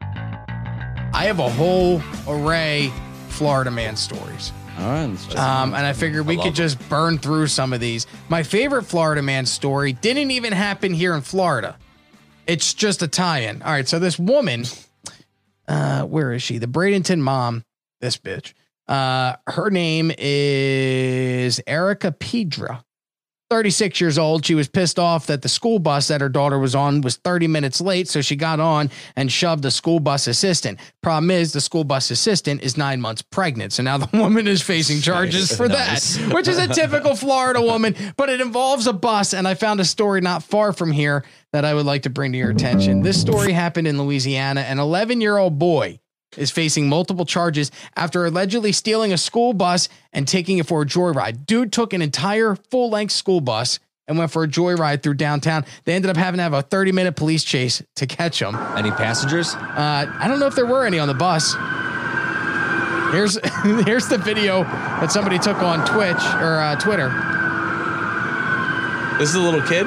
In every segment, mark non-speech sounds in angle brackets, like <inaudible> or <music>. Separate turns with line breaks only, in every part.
I have a whole array Florida man stories.
All right, let's just.
Um, and I figured we could just burn through some of these. My favorite Florida man story didn't even happen here in Florida. It's just a tie-in. All right, so this woman, uh, where is she? The Bradenton mom, this bitch. Uh, her name is Erica Pedra. 36 years old. She was pissed off that the school bus that her daughter was on was 30 minutes late, so she got on and shoved the school bus assistant. Problem is, the school bus assistant is nine months pregnant, so now the <laughs> woman is facing charges for that, which is a typical Florida woman, but it involves a bus. And I found a story not far from here that I would like to bring to your attention. This story happened in Louisiana. An 11 year old boy is facing multiple charges after allegedly stealing a school bus and taking it for a joyride. Dude took an entire full length school bus and went for a joyride through downtown. They ended up having to have a 30 minute police chase to catch him. Uh,
Any passengers?
I don't know if there were any on the bus. Here's <laughs> here's the video that somebody took on Twitch or uh, Twitter.
This is a little kid.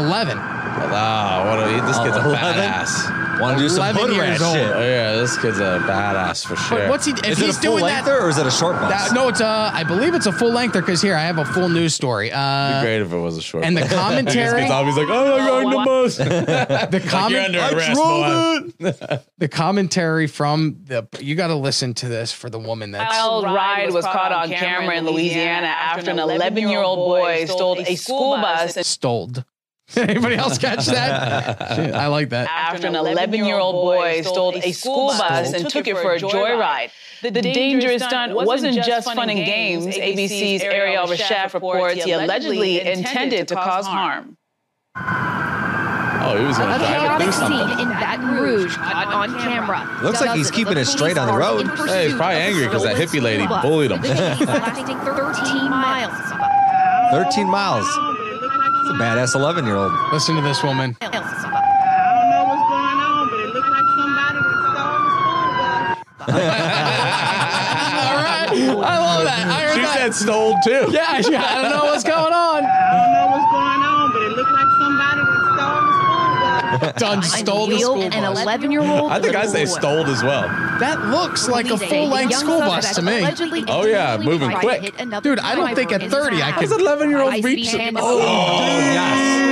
11.
Wow, Oh, what a, this kid's a
11?
badass.
Want to do some
11
hood
years
rat
old.
Oh,
shit?
yeah, this kid's a badass for sure.
But what's he? If
Is
he's
it a full
doing
length
that,
or is it a short bus?
that- no, it's uh, I believe it's a full length because here I have a full news story.
It'd
Uh,
be great if it was a short?
<laughs>
and the commentary,
He's always like, "Oh, I'm going to bus."
the
You're
comment,
under arrest, boy.
the commentary from the you got to listen to this for the woman that's
Wild ride was caught on camera in Louisiana after an 11 year old boy stole a school bus and
stoled. <laughs> Anybody else catch
<laughs>
that? Shit, I like that.
after an 11 year old boy stole a school bus and took it for a joyride. The dangerous stunt wasn't just fun and games. ABC's Ariel Rashad reports he allegedly intended to cause harm.
Oh, he was going to
A
drive it
chaotic
through something.
scene in Baton Rouge caught on camera.
Looks like he's
Dozens
keeping
of
it straight on the
police are in
road. Hey,
pursuit
he's probably
of a
angry 'cause that
stolen
hippie lady
school bus.
bullied him. <laughs>
The chase is lasting 13 miles.
13 miles. It's a badass 11 year old.
Listen to this woman.
don't know what's going on, but it looked like somebody was stolen the school bus.
All right, I love that. I heard
She
that.
said stole too.
yeah, yeah, I don't
<laughs>
know what's going on.
I don't know what's going on, but it looked like somebody was stolen the school bus.
Done stole the school
An
bus.
11 year old.
I think I say stole as well.
That looks like a full length school bus to me.
Oh, yeah, moving quick.
Dude, I don't think at 30 I could- How's
11 year old reach Oh,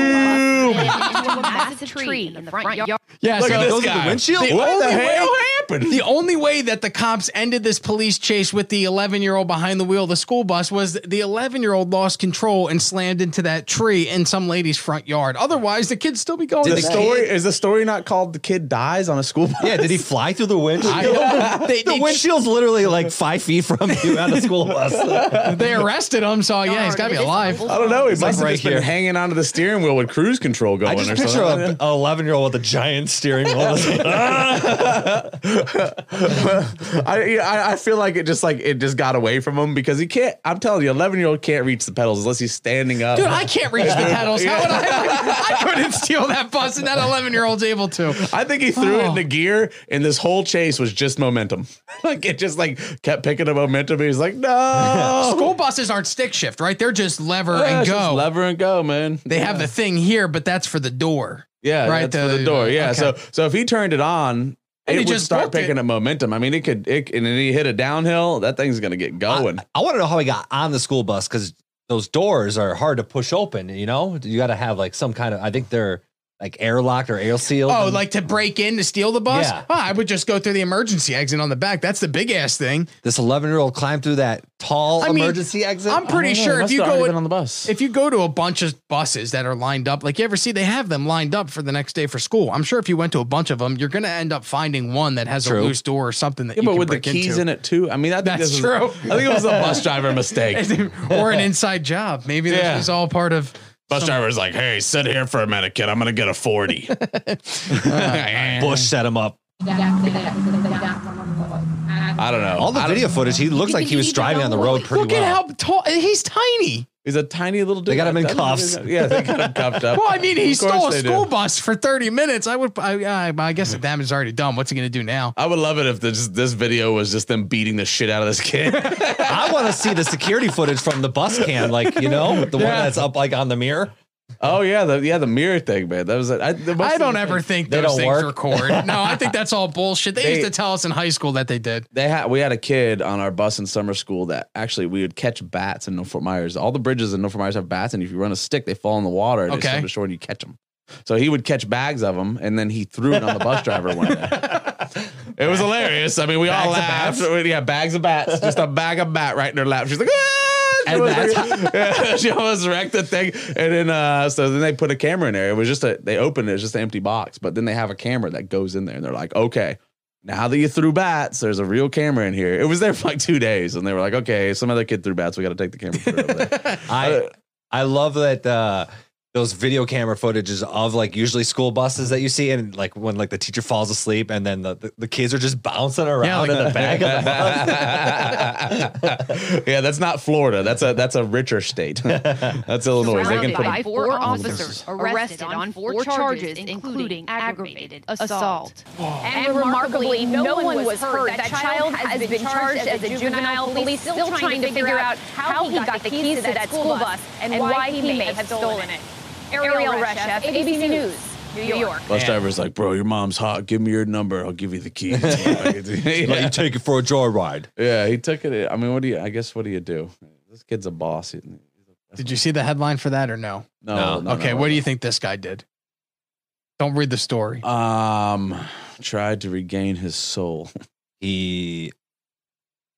Massive tree in the front yard.
Yeah,
Look
so
at this
those are the
guy.
windshield?
The
What
only
the
way
heck?
it happened.
The only way that the cops ended this police chase with the 11 year old behind the wheel of the school bus was the 11 year old lost control and slammed into that tree in some lady's front yard. Otherwise, the kids still be going.
Did
to
the
bed.
story-
is the story not called "The Kid Dies on a School Bus"?
Yeah, did he fly through the windshield?
<laughs>
I- <laughs> they,
The
they,
windshield's literally like five feet from you on a school
<laughs>
bus.
they arrested him, so yeah, he's got to be alive.
I don't know. He must
like
have
right
just
here.
been hanging onto the steering wheel with cruise control going
I just
or
picture
something.
an 11 year old with a giant
<laughs>
steering wheel.
I, I I feel like it just like it just got away from him because he can't. I'm telling you, 11 year old can't reach the pedals unless he's standing up.
Dude, I can't reach the pedals. How would I? I couldn't steal that bus, and that 11 year old's able to.
I think he threw it
Oh.
in the gear, and this whole chase was just momentum. <laughs> like it just like kept picking up momentum. He's
<laughs>
like, no,
School buses aren't stick shift, right? They're just lever
Yeah,
and
it's <laughs> just
go.
lever and go, man.
they have the thing here, but that's for the door.
yeah,
right,
right that's for
the-
the door. Yeah,
okay.
so so if he turned it on.
And he
It would
just
start
booked it.
picking up momentum. I mean, it could, it, and then he hit a downhill. That thing's gonna get going.
I want to know how he got on the school bus because those doors are hard to push open. You know, you got to have like some kind of. I think they're like airlocked or air sealed.
Oh, like to break in to steal the bus?
Yeah.
Oh, I would just go through the emergency exit on the back. That's the big ass thing.
this eleven-year-old climbed through that tall
I mean,
emergency exit.
I'm pretty sure if you go
the bus,
if you go to a bunch of buses that are lined up, like you ever see, they have them lined up for the next day for school. I'm sure if you went to a bunch of them, you're gonna end up finding one that has a
True.
loose door or something that
yeah,
you
but
can
with the
break
keys
into.
in it too. I mean, I think
That's
this
true.
Is, I think it was a bus driver mistake.
<laughs>
<laughs>
or an inside job. Maybe
Yeah.
this was all part of.
Bus driver's like, "Hey, sit here for a minute, kid. I'm gonna get a <laughs> 40.
Bush set him up.
That, that, that, that, that, that, that, that, that, that, that,
I don't know.
All the
I don't-
video footage, he looks like he was driving on the road pretty
Look
well.
at how tall he's tiny.
He's a tiny little dude.
They got him in
That's-
cuffs.
<laughs> Yeah, they got him cuffed
<laughs>
up.
Well, I mean, he
Of course
stole a
they do.
school bus for 30 minutes. I would, I, I, I guess the damage is already done. What's he going to do now?
I would love it if this, this video was just them beating the shit out of
<laughs>
this kid.
I want to see the security footage from the bus cam, like you know, the one
Yeah.
that's up like on the mirror.
oh yeah, the yeah the mirror thing, man. That was it. I, the-
I don't ever think
They
those
don't
things
work?
record. No, I think that's all bullshit. They, used
They-
to tell us in high school that they did.
They had we had a kid on our bus in summer school that actually we would catch bats in North Fort Myers. All the bridges in North Fort Myers have bats, and if you run a stick, they fall in the water and
Okay.
they swim to shore and you catch them. So he would catch bags of them, and then he threw it on the bus driver one day. <laughs> It was hilarious. I mean, we all
Bags
laughed.
of
Yeah, bags of bats, just a bag of bat right in her lap. She's like, ah! She
And
almost, <laughs> yeah, she almost wrecked the thing. And then, uh, so then they put a camera in there. It was just a, they opened it, it's just an empty box. But then they have a camera that goes in there, and they're like, okay, now that you threw bats, there's a real camera in here. It was there for like two days, and they were like, okay, some other kid threw bats. We got to take the camera. Through over there.
I I love that uh, those video camera footages of like usually school buses that you see, and like when like the teacher falls asleep, and then the, the, the kids are just bouncing around
like-
in the back
<laughs>
of the
<laughs> yeah, that's not Florida. That's a that's a richer state. <laughs> that's Illinois. They can
Surrounded
put
by four officers arrested on four charges, including aggravated assault.
And remarkably, no one was hurt. That child has been charged as a juvenile. Police still trying to figure out how he got the keys to that school bus and why he may have stolen it. Ariel Reshef, ABC News, New York.
Bus driver's like, bro, your mom's hot. Give me your number. I'll give you the <laughs> keys.
Let you
yeah.
take it for a joyride.
Yeah, he took it. I mean, what do you? I guess what do you do? This kid's a boss. He-
Did you see the headline for that or no?
No.
No.
no,
okay,
no,
what
no.
do you think this guy did? Don't read the story.
Um, tried to regain his soul.
He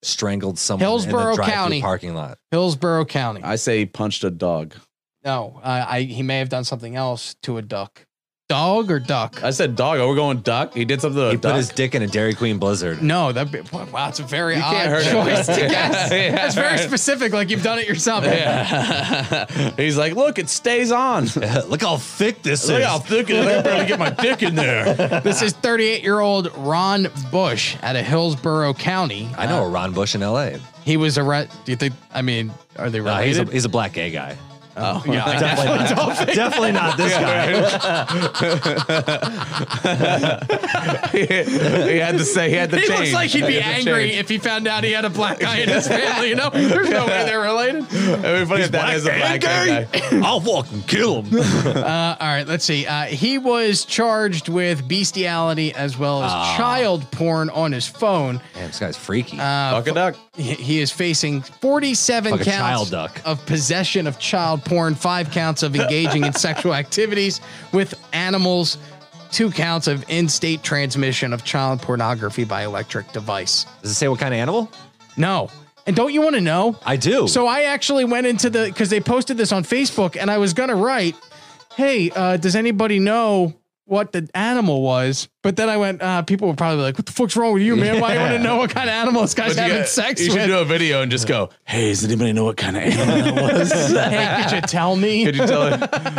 strangled someone in
Hillsborough
the drive-thru
County.
parking lot.
Hillsborough County.
I say he punched a dog.
no, I, I he may have done something else to a duck. Dog or duck?
I said dog. Are we going duck? He did something to a
He
duck.
put his dick in a Dairy Queen Blizzard.
<laughs> No, that be, wow, that's a very odd
can't hurt
choice
it.
to guess.
Yeah,
that's very
right.
specific, like you've done it yourself.
yeah. He's like, look, it stays
<laughs>
on. Look
Look how thick this is.
how thick it is.
<laughs>
I barely get my dick in there.
This is 38 year old Ron Bush out of Hillsborough County.
I know a Ron Bush in L.A.
He was arrested. Do you think? I mean, are they
No, he's a,
related?
he's a black gay guy.
Oh.
yeah, I guess.
Definitely not, definitely not <laughs> this
<laughs>
guy.
he had to say. He had to
He
change.
looks like he'd be
had to
angry
change.
if he found out he had a black guy in his family. You know, there's no way they're related.
It'd be funny if that is a black guy.
I'll fucking kill him.
<laughs> Uh, all right, let's see. Uh, he was charged with bestiality as well as
Ah.
child porn on his phone.
Damn, this guy's freaky.
Fuck a duck.
He- He is facing 47
Like a
counts
child duck.
of possession of child porn, five counts of
<laughs>
engaging in sexual activities with animals, two counts of in state transmission of child pornography by electric device.
Does it say what kind of animal?
No. And don't you want to know?
I
Oh.
do.
So I actually went into the because they posted this on Facebook, and I was gonna write, "Hey, uh, does anybody know what the animal was?" But then I went, uh, people were probably like, "What the fuck's wrong with you, man? Why you want to know what kind of animal this guy's having sex
you
with?"
should do a video and just go, "Hey, does anybody know what kind of animal that was?"
<laughs> hey, could you tell me?
<laughs> Could you tell?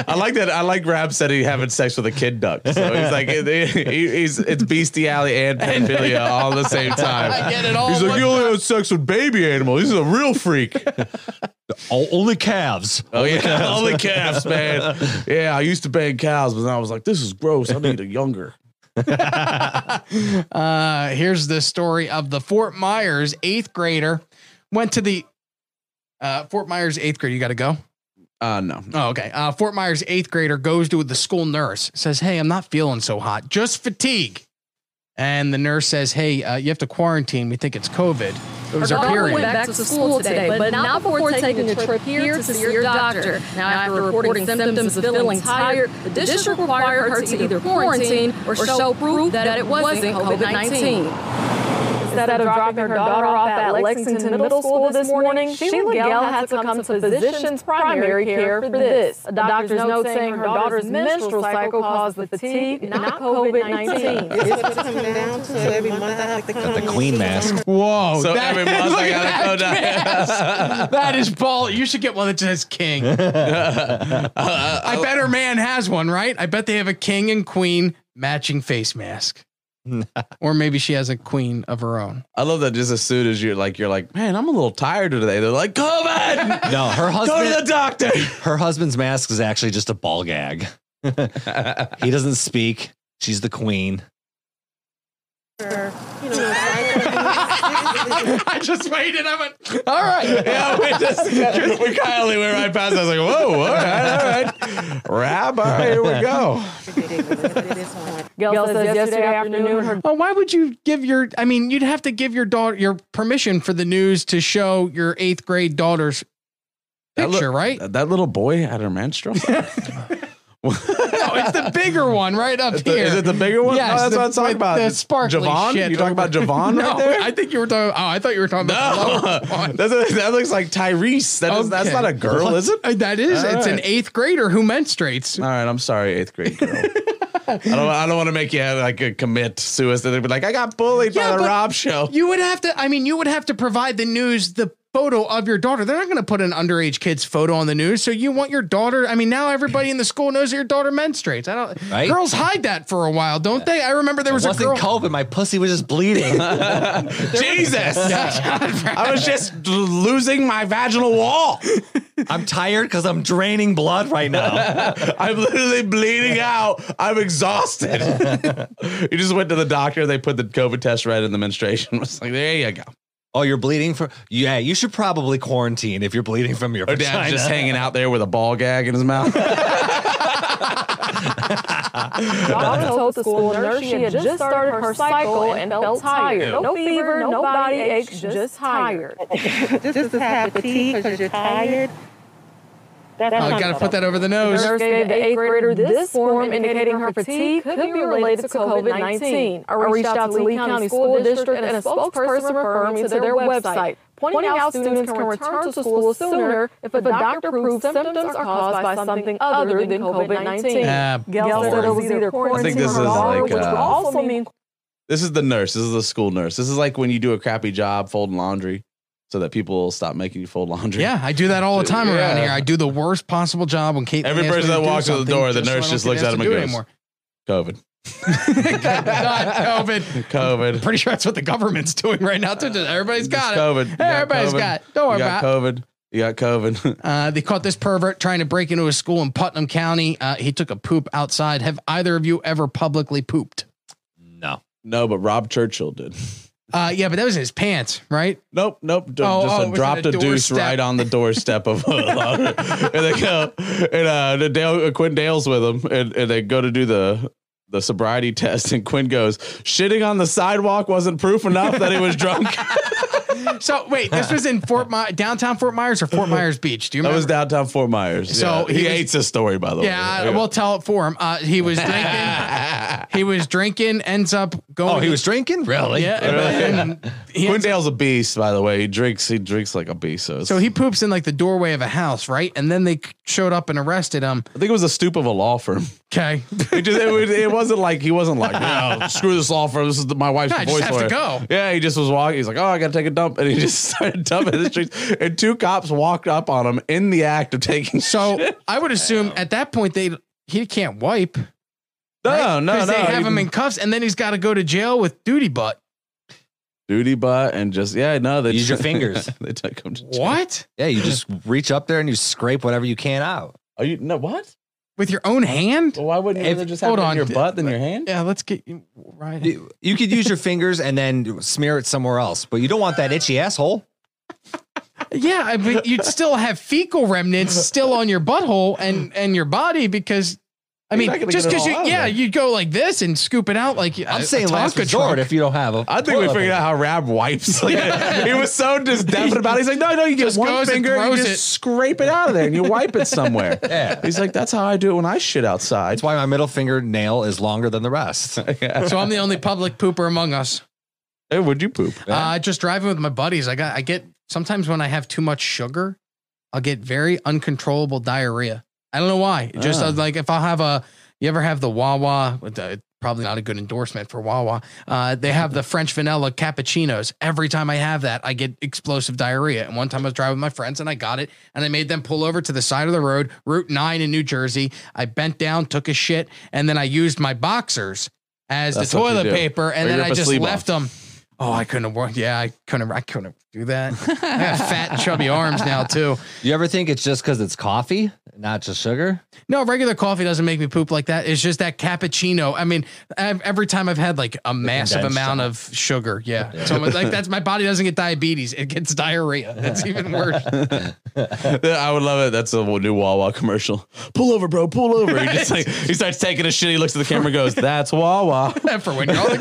I like that. I like Rab said he having sex with a kid duck. So he's like, he- he- he's it's bestiality
<laughs>
and pedophilia all at the same time.
I get it all
He's
in
like,
one
you only have sex with baby animals. He's a real freak.
O- only calves.
Oh yeah, only calves, man. <laughs> Yeah, I used to bang cows, but then I was like, this is gross. I need a younger.
Uh, here's the story of the Fort Myers eighth grader went to the uh, Fort Myers eighth grader. You got to go.
<laughs> Uh no.
Oh, okay. Uh, Fort Myers eighth grader goes to the school nurse, says, Hey, I'm not feeling so hot, just fatigue. And the nurse says, Hey, uh, you have to quarantine. We think it's COVID. It was her
Our daughter went
period.
back to school today, but not before taking a trip here to see your doctor. Now, after reporting symptoms of feeling tired, the district required her to either quarantine or show proof that it wasn't COVID-19.
Instead of dropping her daughter off at Lexington Middle School this morning, Sheila Gale had to come to physician's primary care for this. A doctor's note saying her daughter's menstrual cycle caused the fatigue, not COVID-19.
<laughs> It's what it comes down to. Every month I have to come.
The queen mask.
Whoa.
So
that-
every month
look
I
at
gotta go
that
down.
dress. <laughs> that is ball. You should get one that says <laughs> king. Uh, <laughs> I bet her man has one, right? I bet they have a king and queen matching face mask. or maybe she has a queen of her own.
I love that. Just as soon as you're like, you're like, man, I'm a little tired today. They're like, <laughs> COVID.
No, her
Go to the
husband.
doctor.
Her husband's mask is actually just a ball <laughs> gag. he doesn't speak. She's the queen.
<laughs> I just waited. I'm like, <laughs> all right. <laughs> Yeah, we just we kindly went right past. I was like, whoa, all right, all right. <laughs> Rabbi, here we go.
Gail says yesterday afternoon her
Well, why would you give your? I mean, you'd have to give your daughter your permission for the news to show your eighth grade daughter's
That
picture,
look- <laughs>
right?
That, that little boy had her <laughs> menstrual.
No, Oh, it's the bigger one right up
The-
here.
is it the bigger one?
Yes,
no, that's
the-
what I'm talking
with
about.
The sparkly
Javon?
shit.
You talking about <laughs> Javon
no,
right there?
I think you were talking. Oh, I thought you were talking about the
no, <laughs>
lower one.
that's a, that looks like Tyrese. That is, that's
Okay.
not a girl, is it?
Uh, That is.
All
it's an
right.
eighth grader who menstruates.
All right, I'm sorry, eighth
<laughs>
grade girl. I don't. I don't want to make you like a commit suicide. They'd be like, I got bullied
Yeah,
by the
but
Rob show.
You would have to. I mean, you would have to provide the news the photo of your daughter. They're not going to put an underage kid's photo on the news. So you want your daughter. I mean, now everybody in the school knows that your daughter menstruates. I don't.
Right?
Girls hide that for a while, don't they? I remember there was
it
a girl.
wasn't COVID. My pussy was just <laughs> bleeding.
Jesus, I was just losing my vaginal wall.
I'm tired because I'm draining blood right <laughs> now.
I'm literally bleeding out. I'm exhausted. <laughs> you just went to the doctor. They put the COVID test right in the menstruation. <laughs> It's like, there you go.
oh, you're bleeding from? Yeah, you should probably quarantine if you're bleeding from your
Her dad's
vagina.
just hanging out there with a ball gag in his mouth.
daughter told the school nurse she had just started her cycle and felt tired. No fever, no body aches, just tired.
Just to have fatigue because you're tired. That's
Oh, you got to put that over the nose.
Nurse gave the eighth grader this form indicating her fatigue could be related to COVID-19. I reached out to Lee County School District and a spokesperson referred me to their website, pointing out students can return to school sooner if a doctor proves symptoms are caused by something other than
Ah,
COVID-19. Gail said
boring.
it was either
I think
quarantine
this
or
is
daughter,
like,
which would
uh,
also mean
This is the nurse. This is the school nurse. This is like when you do a crappy job folding laundry so that people will stop making you fold laundry.
Yeah, I do that all the time around
Yeah.
here. I do the worst possible job when Kate.
Every
asks me
person
to
that
do
walks to the
something
door, the
so I
nurse
don't
just
get
looks at
asked
him
to
and
do it
goes,
anymore.
COVID.
God, COVID. <laughs>
COVID.
Pretty sure that's what the government's doing right now. Too. Everybody's got it.
It's COVID. You
Hey,
got
Everybody's
COVID.
got it. Don't worry
you
about
got
it.
COVID. You got COVID. <laughs>
Uh, they caught this pervert trying to break into a school in Putnam County. Uh, he took a poop outside. Have either of you ever publicly pooped?
no.
no, but Rob Churchill did. <laughs>
Uh, yeah, but that was in his pants, right?
Nope, nope. d-
Oh,
just
oh,
a-
it was at
dropped
a
a, deuce
doorstep.
right on the
<laughs>
doorstep of a laundry. and they go, and uh, the Dale, uh, Quinn Dale's with him, and, and they go to do the the sobriety <laughs> test, and Quinn goes, "Shitting on the sidewalk wasn't proof enough that he was drunk."
<laughs> So wait, this was in Fort My- downtown Fort Myers or Fort Myers Beach? Do you
<laughs> that
remember?
was downtown Fort Myers.
So
Yeah. he,
he was-
hates this story, by the
yeah,
way.
I- we'll tell it for him. Uh, he was drinking. he was drinking. Ends up going.
Oh, he was drinking? Really?
Yeah, and then he
Quinn
ends
Dale's a beast, by the way. He drinks. He drinks like a beast. So, it's-
So he poops in like the doorway of a house, right? And then they showed up and arrested him.
I think it was a stoop of a law firm.
Okay.
It, just, it, was- it wasn't like he wasn't like,
<laughs>
yeah, screw this law firm. This is the, my wife's
Yeah, I just
voice
have to
lawyer."
go.
Yeah, he just was walking. He's like, oh, I gotta take a dump, and he just <laughs> started dumping in the streets. And two cops walked up on him in the act of taking.
So I would assume at that point they he can't wipe.
no,
right?
<laughs> no, no.
Because They have
he-
him in cuffs and then he's got to go to jail with duty butt.
duty butt and just yeah, no. <laughs> They
Use your fingers.
they took him. To jail.
What?
Yeah, you just reach up there and you scrape whatever you can out.
Are you no what?
With your own hand?
Well, why wouldn't you
If-
rather just have
hold
it in
on.
your butt than your hand?
Yeah, let's get you right.
You you could <laughs> use your fingers and then smear it somewhere else, but you don't want that itchy asshole.
Yeah, I mean,
<laughs>
you'd still have fecal remnants still on your butthole and and your body because I mean,
not gonna
just
get
because
it all
you,
out of
yeah,
there.
you'd go like this and scoop it out like
I'm saying last resort if you don't have a.
I think we
toilet
figured out
paper.
how Rab wipes. Like, he was so just definite about it. He's like, no, no, you get
Just
one
goes and
finger and you
throws
just
it.
scrape it out of there and you wipe it somewhere.
Yeah.
He's like, that's how I do it when I shit outside.
That's why my middle finger nail is longer than the <laughs> rest.
so I'm the only public pooper among us.
Hey, would you poop?
Uh, just driving with my buddies. I got I get sometimes when I have too much sugar, I'll get very uncontrollable diarrhea. I don't know why. It Just
Ah.
uh, like if I'll have a, you ever have the Wawa? with the- Probably not a good endorsement for Wawa. Uh, they have the French vanilla cappuccinos. Every time I have that, I get explosive diarrhea. And one time I was driving with my friends and I got it, and I made them pull over to the side of the road, Route Nine in New Jersey. I bent down, took a shit, and then I used my boxers as
That's
the
what you
toilet
do.
paper, and
Or
then
you're
I
up a
just
sleeve
left them. Oh, I couldn't have worked. Yeah, I couldn't. I couldn't do that. I got fat and
<laughs>
chubby arms now too.
You ever think it's just because it's coffee, not just sugar?
No, regular coffee doesn't make me poop like that. It's just that cappuccino. I mean, I've, every time I've had like a massive
condensed
amount of sugar, yeah. So I'm
<laughs>
like that's my body doesn't get diabetes; it gets diarrhea. That's
<laughs>
even worse.
<laughs> I would love it. That's a new Wawa commercial. Pull over, bro. Pull over. He just like he starts taking a shit. He looks at the camera, and goes, "That's Wawa."
For when you're on the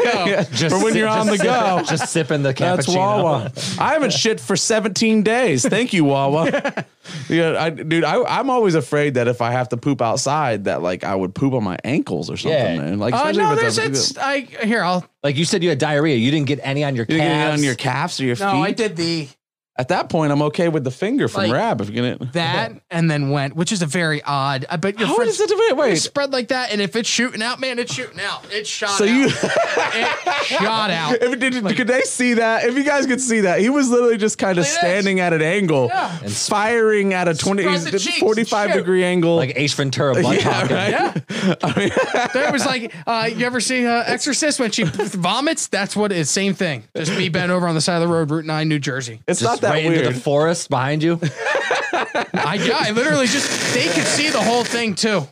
<laughs>
go,
for when
si-
you're on the
sipping-
go.
just sipping the cappuccino.
<laughs>
That's Wawa. I haven't shit for 17 days. Thank you, Wawa.
<laughs>
yeah, I, dude, I, I'm always afraid that if I have to poop outside, that like I would poop on my ankles or something,
Yeah.
man. Like,
Uh,
especially
no,
if
there's
it's a-
it's. I here. I'll.
Like you said, you had diarrhea. You didn't get any on your
you're gonna get it
calves.
on your calves or your feet.
No, I did the
At that point, I'm okay with the finger from
Like,
Rab. If you're gonna
that and then went, which is a very odd. I bet your
how
friends
is it wait?
It's
wait.
spread like that, and if it's shooting out, man, it's shooting out. It's shot.
So
out.
you.
it shot
<laughs>
out.
If, did, could they see that? If you guys could see that, he was literally just kind of
this.
standing at an angle,
Yeah.
and firing at a 20,
Spread the cheeks,
45
shoot.
degree angle.
like Ace Ventura <laughs> butt
yeah,
talking.
right? I mean, <laughs>
That was like, uh, you ever see uh, Exorcist when she vomits? That's what it is. Same thing. Just me bent over on the side of the road, Route 9, New Jersey.
it's
Just
not that
right
weird.
into the forest behind you.
I, yeah, I literally just, they could see the whole thing too.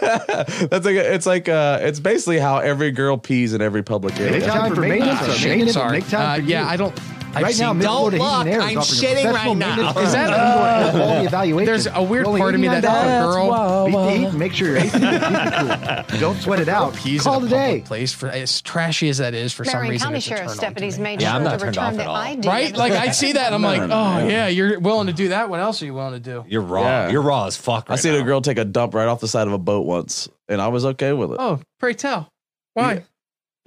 That's like it's like uh it's basically how every girl pees in every public area.
time for maintenance
Uh,
of maintenance of
sorry.
make time
Uh,
for
yeah,
you.
I don't. I've
Right now,
seen-
Minnesota Heating and Air is
I'm
offering a
shitting
professional
right now.
maintenance program
Is
<laughs>
that-
for indoor air quality evaluation.
There's a weird
Rolling
part of me that that's
$89.
a girl
Beat the heat and make sure your AC is cool. Don't sweat it out.
pees
Call
in a public
today.
place for as trashy as that is for some
Marion
reason.
County
it's a turn
Sheriff
on to
Stephanie's
me.
made
Yeah,
sure
I'm not
the
turned
return
off at
that
all.
I did.
Right? Like I see that, I'm like,
no,
oh
no.
yeah, you're willing to do that. What else are you willing to do?
You're raw.
Yeah.
You're raw as fuck.
I
Right
seen
now.
a girl take a dump right off the side of a boat once, and I was okay with it.
Oh, pray tell. Why?
Yeah.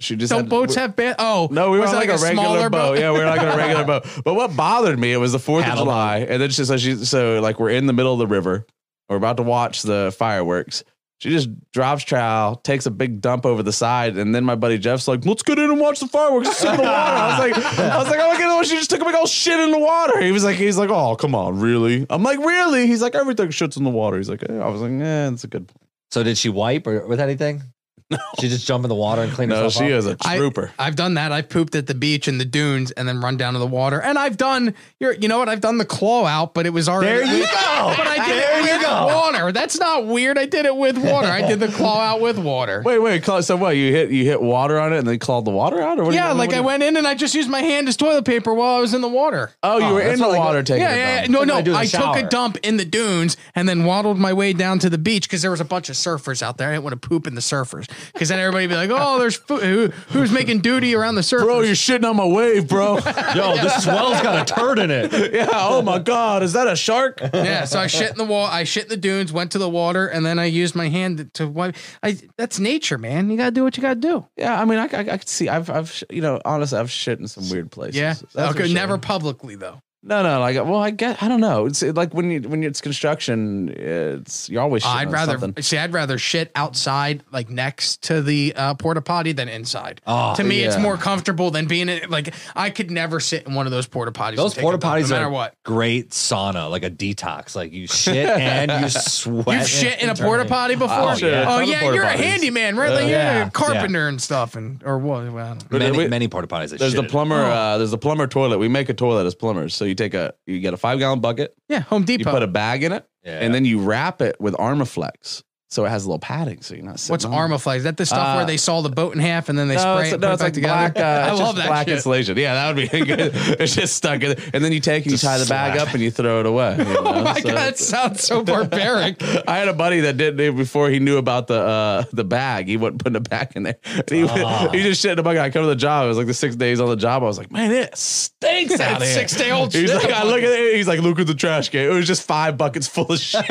She just
Don't
had-
boats have bad? Oh,
No, we were
was
on
it
like, a, regular
smaller
boat. Yeah, we were like on a regular boat. But what bothered me, it was the Fourth of
Paddle boat.
July, and then she so she so like we're in the middle of the river, we're about to watch the fireworks. She just drops trowel, takes a big dump over the side, and then my buddy Jeff's like, "Let's get in and watch the fireworks. Just sit in the water." I was like, "I was like, oh my god, she just took a big old shit in the water." He was like, "He's like, oh come on, really?" I'm like, "Really?" He's like, "Everything shits in the water." He's like, eh. "I was like, yeah, that's a good point."
So did she wipe or with anything? No. She just jump in the water and clean
No,
herself
she
up?
is a
I-
trooper.
I've done that. I've pooped at the beach and the dunes and then run down to the water. And I've done your you know what? I've done the claw out, but it was already
There you go.
<laughs> But I did it with water. That's not weird. I did it with water. I did the claw out with water.
Wait, wait. Cla- So what? You hit you hit water on it and then clawed the water out, or what do you-
yeah,
what
like
do
I
you-
went in and I just used my hand as toilet paper while I was in the water.
Oh, you
Oh,
were
that's
in the
what I
water
got-
taking
Yeah,
a
yeah, yeah.
dump.
No,
That's
no.
what I do in the
I took a
shower.
dump in the dunes and then waddled my way down to the beach because there was a bunch of surfers out there. I didn't want to poop in the surfers because then everybody would be like, oh, there's fo- who, who's making duty around the surfers?
Bro, you're shitting on my wave, <laughs> bro.
Yo, this swell's got a turd in it.
<laughs> yeah. Oh my God, is that a shark?
yeah, so I shit in the wall. I shit in the dunes, went to the water, and then I used my hand to wipe. I that's nature, man. You gotta do what you gotta do.
Yeah. I mean, I, I, I could see. I've, I've, sh- you know, honestly, I've shit in some weird places.
Yeah.
That's for
okay.
sure.
Never publicly though.
No, no. Like, well, I get. I don't know. It's it- like when you when it's construction, it's you're always. Shitting
I'd
on
rather <laughs>
something.
see. I'd rather shit outside, like next to the uh, porta potty, than inside.
Oh,
to me, it's
yeah.
more comfortable than being in. Like I could never sit in one of those porta potties.
Those
and take a
porta
dump,
potties
no matter
are
what.
great sauna, like a detox. Like you shit and you sweat.
You've shit in a porta
internally.
potty before?
Oh, yeah.
Oh,
Ton of
yeah,
porta
you're
potties. Uh,
a handyman, right? Like, yeah,
yeah.
a carpenter and stuff, and or what? Well, I don't know.
Many,
We-
many porta potties. I
There's the
shit in.
plumber. Uh, there's the plumber toilet. We make a toilet as plumbers. So you take a you get a five gallon bucket.
Yeah, Home Depot.
You put a bag in it,
Yeah.
and then you wrap it with Armaflex, so it has a little padding, so you're not. sitting
What's
on it.
Armaflex? Is that the stuff
Mm-hmm. Uh,
where they saw the boat in half and then they
No,
spray
it's,
it, and
no,
put
it's
it
like
back together?
black. Uh,
I
it's
love
just
that
black
shit.
insulation. Yeah, that would be <laughs> good. it's just stuck in, and then you take and you
Just
tie the bag
slap.
up and you throw it away.
<laughs>
you know?
<laughs> Oh my
So
god, that
it's-
sounds so barbaric.
<laughs> I had a buddy that did it before he knew about the uh, the bag. He wasn't putting a bag in there. And he, would-
Ah.
<laughs> he just shit in a bucket. I come to the job. It was like the six days on the job. I was like, man,
<laughs>
it stinks out here.
Six day old
He's
shit.
like, I look at it. He's like, look at the trash can. It was just five buckets full of shit. <laughs>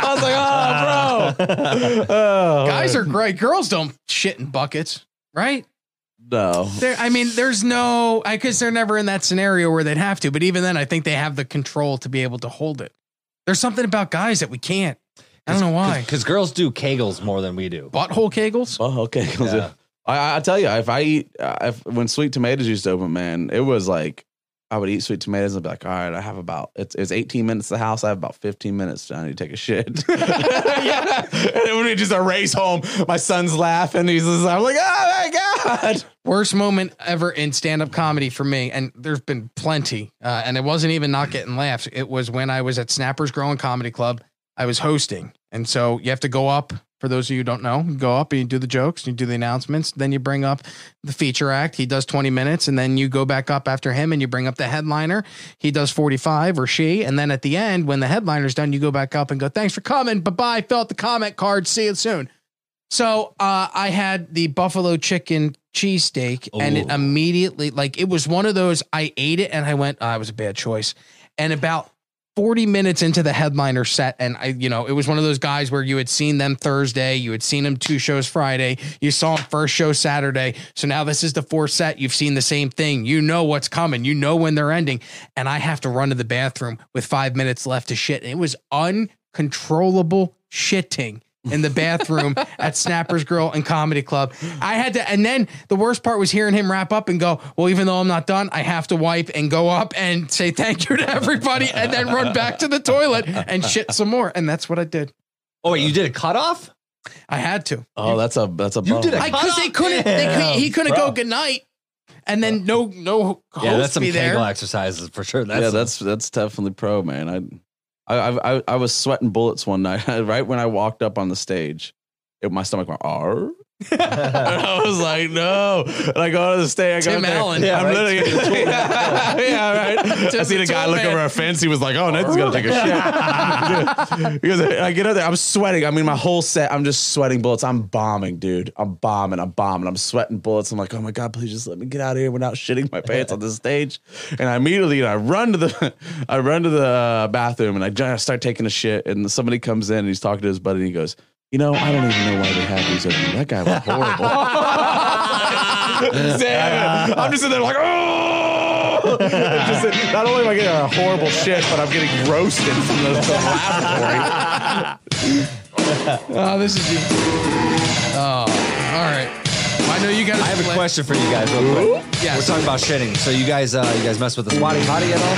I was like, oh, bro.
<laughs>
Oh.
Guys are great. Girls don't shit in buckets, right?
no.
There, I mean, there's no, I because they're never in that scenario where they'd have to. But even then, I think they have the control to be able to hold it. There's something about guys that we can't. I don't know why.
Because girls do kegels more than we do.
Butthole kegels.
Well, Oh, okay. <laughs> 'cause
Yeah.
I, I tell you, if I eat, uh, if, when Sweet Tomatoes used to open, man, it was like I would eat sweet tomatoes and be like, all right, I have about it's it's 18 minutes to the house. I have about 15 minutes. I need to take a shit. <laughs> yeah. And it would be just a race home. My son's laughing. He's just, I'm like, oh my God.
Worst moment ever in stand up comedy for me, and there's been plenty. Uh, and it wasn't even not getting laughs. It was when I was at Snappers Growing Comedy Club. I was hosting. And so you have to go up. For those of you who don't know, you go up and you do the jokes, you do the announcements, then you bring up the feature act. He does 20 minutes, and then you go back up after him and you bring up the headliner. He does 45 or she. And then at the end, when the headliner's done, you go back up and go, Thanks for coming. Bye bye. Fill out the comment card. See you soon. So uh, I had the buffalo chicken cheesesteak, and it
Ooh.
immediately, like, it was one of those I ate it and I went, I was a bad choice. And about 40 minutes into the headliner set and i you know it was one of those guys where you had seen them thursday you had seen them two shows friday you saw them first show saturday so now this is the fourth set you've seen the same thing you know what's coming you know when they're ending and i have to run to the bathroom with five minutes left to shit and it was uncontrollable shitting in the
<laughs>
bathroom at Snappers Grill and Comedy Club. I had to, and then the worst part was hearing him wrap up and go, Well, even though I'm not done, I have to wipe and go up and say thank you to everybody and then run back to the toilet and shit some more. And that's what I did.
Oh, wait, you did a cutoff?
I had to.
Oh, that's a that's a
You
bum.
did a-
I because they couldn't, they couldn't he couldn't go
Bro.
good night. And then no no host
Yeah, that's some
be there.
Kegel exercises for sure. That's,
yeah, that's that's definitely pro, man. I, I I I- I was sweating bullets one night. <laughs> Right when I walked up on the stage, it, my stomach went <laughs> R. I
<laughs>
was like, no. And I go to the stage. I go
Tim
up there.
Allen.
Yeah,
I'm
<laughs>
right.
literally. <laughs> yeah, right. I
Just
see
a
the guy
tool
look
man.
over our fence. He was like, oh, Ned's going to take a shit. <laughs> because I get up there. I'm sweating. I mean, my whole set, I'm just sweating bullets. I'm bombing, dude. I'm bombing. I'm bombing. I'm sweating bullets. I'm like, oh my God, please just let me get out of here without shitting my pants on the stage. And I immediately, you know, I run to the, <laughs> I run to the uh, bathroom and I ju- I start taking a shit. And somebody comes in and he's talking to his buddy and he goes, you know, I don't even know why they have these. open. That guy was horrible. Damn it. I'm just in there like, oh. Just that- not only am I getting a horrible shit, but I'm getting roasted from the, the laboratory.
Oh, this is you. Oh, all right. I know you got
I have a question for you guys. Real quick.
Yes.
We're talking about shitting. So you guys, uh, you guys mess with the squatty potty at all?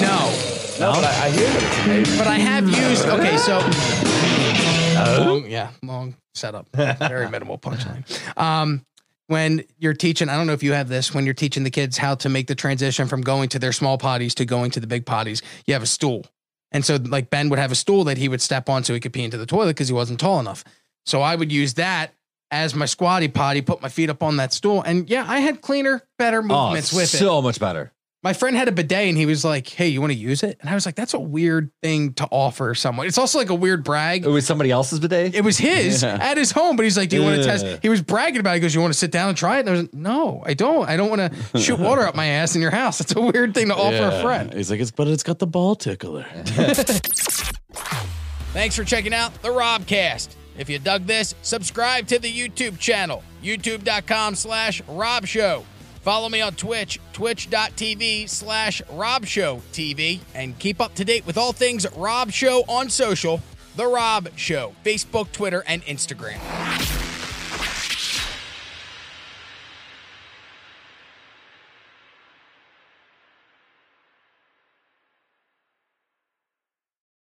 No.
No, but I, I hear it.
But I have used. Okay, so. Long, yeah, long setup. Very minimal punchline. Um, when you're teaching, I don't know if you have this, when you're teaching the kids how to make the transition from going to their small potties to going to the big potties, you have a stool. And so, like, Ben would have a stool that he would step on so he could pee into the toilet because he wasn't tall enough. So I would use that as my squatty potty, put my feet up on that stool. And yeah, I had cleaner, better
Oh,
movements
it's
with it
so much better.
my friend had a bidet and he was like, Hey, you want to use it? And I was like, That's a weird thing to offer someone. It's also like a weird brag.
It was somebody else's bidet.
It was his
Yeah.
at his home, but he's like, Do you want to test?
Ugh.
He was bragging about it. He goes, You want to sit down and try it? And I was like, No, I don't. I don't want to shoot water up my ass in your house. It's a weird thing to offer a friend.
He's like, it's, but it's got the ball tickler.
Thanks for checking out the Robcast. If you dug this, subscribe to the YouTube channel, youtube.com slash Rob Show. Follow me on Twitch, twitch.tv slash Rob Show TV, and keep up to date with all things Rob Show on social, The Rob Show, Facebook, Twitter, and Instagram.